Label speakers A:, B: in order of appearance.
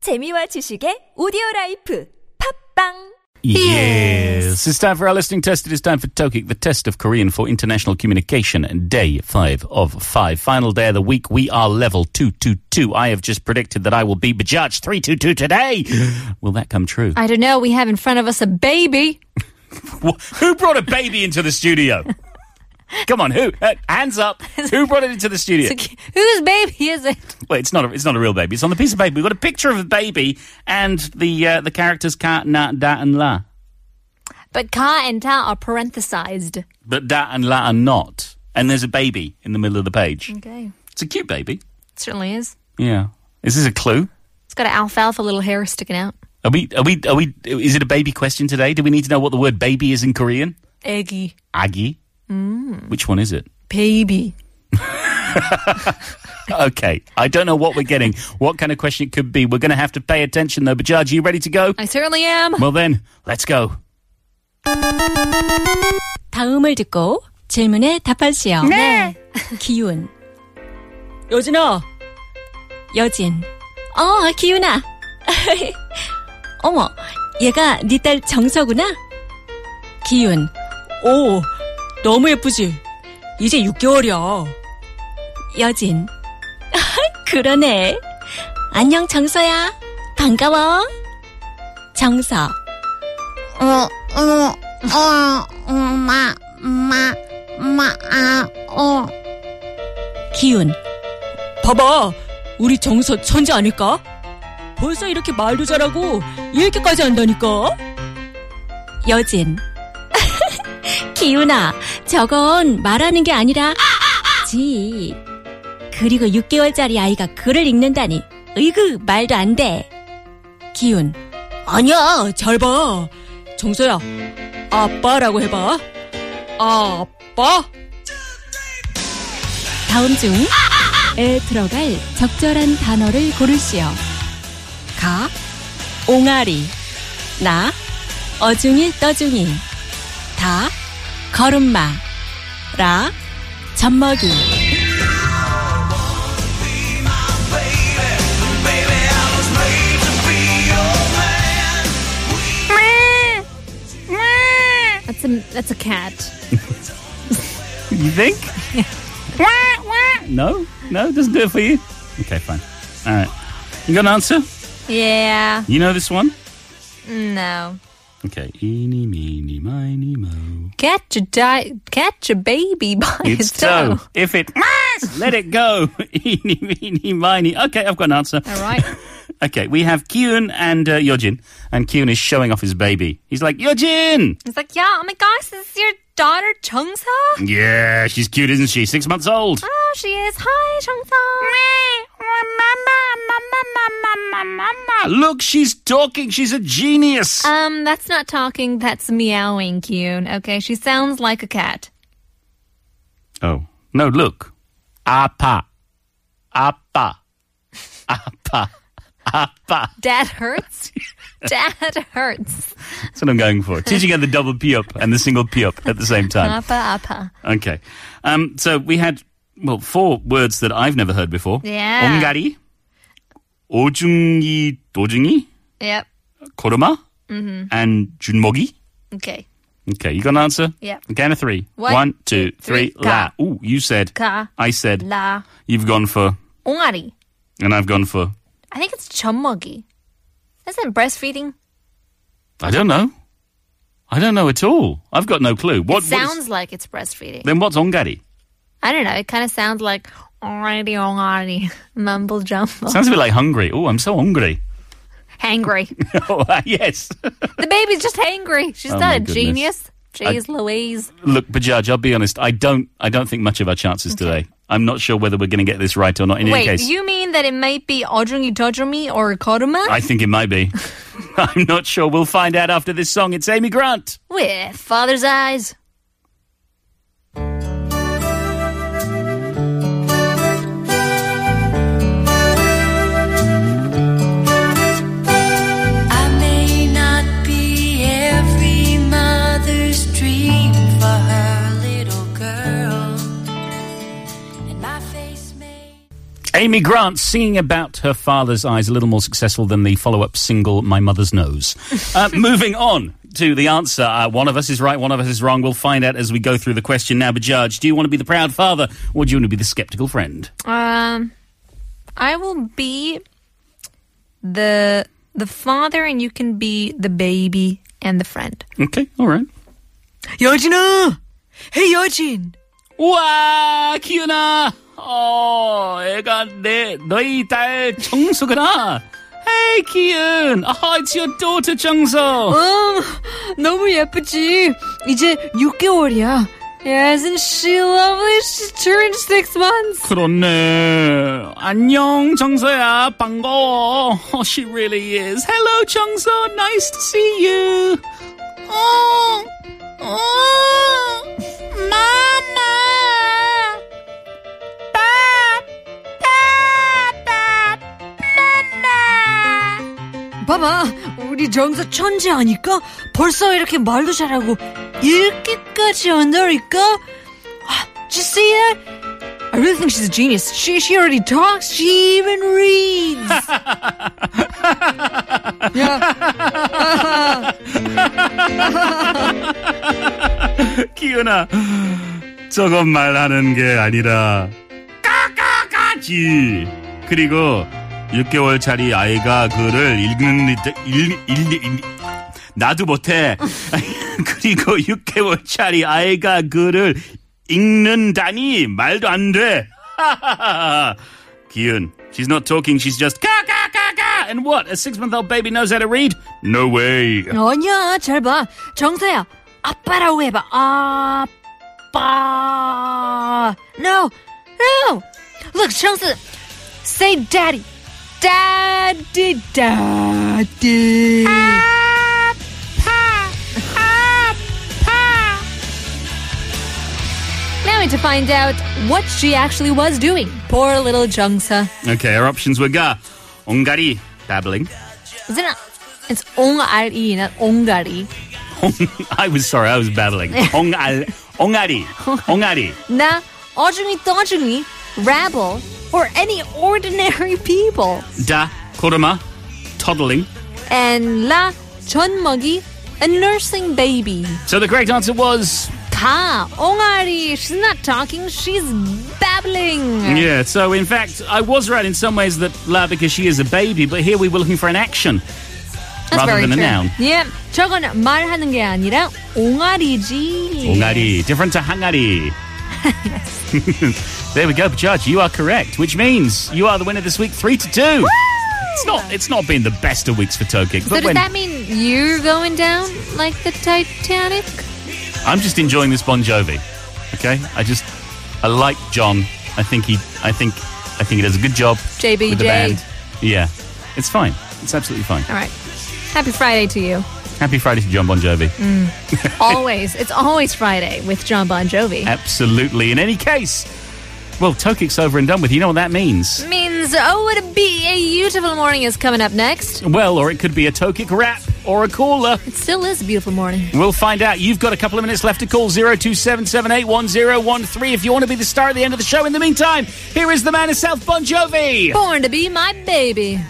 A: 재미와 지식의 오디오 라이프 팝빵
B: Yes. It's time for our listening test. It is time for Tokik, the test of Korean for International Communication, day five of five. Final day of the week. We are level 222. I have just predicted that I will beat Bajaj 322 today. Will that come true?
C: I don't know. We have in front of us a baby.
B: Wh- who brought a baby into the studio? Come on, who? Uh, hands up. Who brought it into the studio?
C: Whose baby is it?
B: Well, it's not a, it's not a real baby. It's on the piece of paper. We've got a picture of a baby and the uh, the characters ka, na, da, and la.
C: But ka and ta are parenthesized.
B: But da and la are not. And there's a baby in the middle of the page.
C: Okay.
B: It's a cute baby.
C: It certainly is.
B: Yeah. Is this a clue?
C: It's got an alfalfa little hair sticking out.
B: Are we, are we, are we, is it a baby question today? Do we need to know what the word baby is in Korean?
C: Eggy.
B: Agi? Mm. Which one is it?
C: Baby.
B: Okay. I don't know what we're getting, what kind of question it could be. We're going to have to pay attention though. Bajaj, are you ready to go?
C: I certainly am.
B: Well then, let's go.
D: 다음을 듣고 질문에 답하시오.
C: 네.
D: 기운. 여진아. 여진. 어, 기훈아. 어머, 얘가 네 딸 정서구나. 기훈. 오, 너무 예쁘지. 이제 6개월이야. 여진. 그러네. 안녕 정서야. 반가워. 정서.
E: 어, 어, 어, 엄마, 엄마, 엄마, 아, 어.
D: 기훈. 봐봐. 우리 정서 천재 아닐까? 벌써 이렇게 말도 잘하고 이렇게까지 한다니까? 여진. 기훈아, 저건 말하는 게 아니라 지. 그리고 6개월짜리 아이가 글을 읽는다니. 으이그, 말도 안 돼. 기훈. 아니야, 잘 봐. 정서야, 아빠라고 해봐. 아빠? 다음 중에 들어갈 적절한 단어를 고르시오. 가, 옹알이, 나, 어중이 떠중이, 다, 걸음마, 라, 젖먹이.
C: That's a that's a cat.
B: You think? no? No? Doesn't do it for you? Okay, fine. All right. You got an answer?
C: Yeah.
B: You know this one?
C: No.
B: Okay. Eeny, meeny, miny, mo.
C: Catch a di- catch a baby by
B: It's
C: its
B: so.
C: toe.
B: If it let it go. Eeny, meeny, miny. Okay, I've got an answer.
C: All right.
B: Okay, we have Kyun and uh, Yojin, and Kyun is showing off his baby. He's like, Yojin!
C: It's like, yeah. Oh my gosh, this is your daughter Chungsa.
B: Yeah, she's cute, isn't she? Six months old.
C: Oh, she is. Hi, Chungsa.
B: Ah, look, she's talking. She's a genius.
C: Um, that's not talking. That's meowing, Kyun. Okay, she sounds like a cat.
B: oh. No, look. Apa. Apa. Apa. Apa.
C: Dad hurts. Dad hurts.
B: That's what I'm going for. Teaching her the double P up and the single P up at the same time.
C: Appa, appa.
B: Okay. Um, so we had, well, four words that I've never heard before.
C: Yeah.
B: 옹가리, 오중이, 도중이,
C: Yep.
B: koruma,
C: Mm-hmm.
B: and junmogi.
C: Okay.
B: Okay, you got an answer?
C: Yep.
B: Again, a three.
C: One,
B: One, two,
C: two,
B: three.
C: three,
B: La.
C: ka.
B: Ooh, you said.
C: Ka.
B: I said.
C: La.
B: You've gone for,
C: Ongari.
B: and I've gone for.
C: I think it's chummogi. Isn't breastfeeding?
B: I don't know. I don't know at all. I've got no clue.
C: it
B: What what is-
C: sounds like it's breastfeeding.
B: then what's ongari?
C: I don't know. It kind of sounds like already, already. Mumble jumble.
B: Sounds a bit like hungry. Oh, I'm so hungry.
C: Hangry.
B: oh, yes.
C: the baby's just hangry. She's
B: Oh my
C: not a
B: goodness.
C: genius. Jeez Louise.
B: Look, Bajaj, I'll be honest. I don't. I don't think much of our chances today. I'm not sure whether we're going to get this right or not. In any
C: Wait,
B: case,
C: you mean that it might be Ojungi Tojumi or Koruma?
B: I think it might be. I'm not sure. We'll find out after this song. It's Amy Grant.
C: With father's eyes.
F: I may not be every mother's dream for her little girl, and my face may.
B: Amy Amy Grant singing about her father's eyes, a little more successful than the follow up single My Mother's Nose. Uh, moving on to the answer. Uh, one of us is right, one of us is wrong. We'll find out as we go through the question now. But, Judge, do you want to be the proud father or do you want to be the skeptical friend?
C: Um, I will be the the father, and you can be the baby and the friend.
B: Okay, all right.
F: 여진아! 헤이 여진!
B: 우와, 키윤아! 어, 애가 내, 너희 딸 정수구나! Hey, Kiun! Oh, it's your daughter, 정수!
C: Oh,
F: 음, 너무 예쁘지. 이제 6개월이야. Isn't she lovely? She turned six months.
B: 그렇네. 안녕, 정서야. 반가워. Oh, she really is. Hello, 정서. Nice to see you.
E: 어, 어, 마마.
F: 봐봐, 우리 정서 천재 아니까 벌써 이렇게 말도 잘하고 읽기까지 한다니까. 아, Did you see that? I really think she's a genius. She she already talks. She even reads.
B: 기은아, 저건 말하는 게 아니라 까까까지. 그리고 6개월짜리 아이가 그를 읽는 일, 일, 일, 일- 나도 못해. 그리고 6개월짜리 아이가 그를 읽는다니 말도 안 돼. 기은, she's not talking, she's just 까까까까. And what? A six-month-old baby knows how to read? No way.
F: 아니야, 잘 봐. 정서야, 아빠라고 해봐. 아빠. No, no. Look, 정서, say daddy. Daddy, daddy.
C: Now we need to find out what she actually was doing. Poor little Jungsa.
B: Okay, our options were ga, ongari, babbling.
C: Isn't it? It's ongari, not ongari.
B: I was sorry, I was babbling. ongari, ongari, ongari.
C: Na ojungi tojungi, rabble, or any ordinary people.
B: Da, koroma, toddling.
C: And la chonmogi, a nursing baby.
B: So the correct answer was
C: Ka ongari, she's not talking, she's babbling.
B: yeah. So in fact, I was right in some ways that la because she is a baby, but here we were looking for an action rather than a noun.
C: Yeah, 저건 말하는 게 아니라 옹알이지.
B: Ongari, different to hangari. there we go, Judge. You are correct, which means you are the winner this week, three to two. It's not. It's not been the best of weeks for Tokik,
C: So
B: but
C: does
B: when
C: that mean you're going down like the Titanic?
B: I'm just enjoying this Bon Jovi. Okay, I just I like John. I think he I think I think he does a good job with the
C: JBJ.
B: band. Yeah, it's fine. It's absolutely fine.
C: All right. Happy Friday to you.
B: Happy Friday to John Bon Jovi.
C: Always. it's always Friday with John Bon Jovi.
B: Absolutely. In any case, well, Tokik's over and done with. You know what that means?
C: Means, oh, would it be a beautiful morning is coming up next.
B: Well, or it could be a Tokik rap or a caller.
C: It still is a beautiful morning.
B: We'll find out. You've got a couple of minutes left to call 027781013 if you want to be the star at the end of the show. In the meantime, here is the man himself, Bon Jovi.
C: Born to be my baby.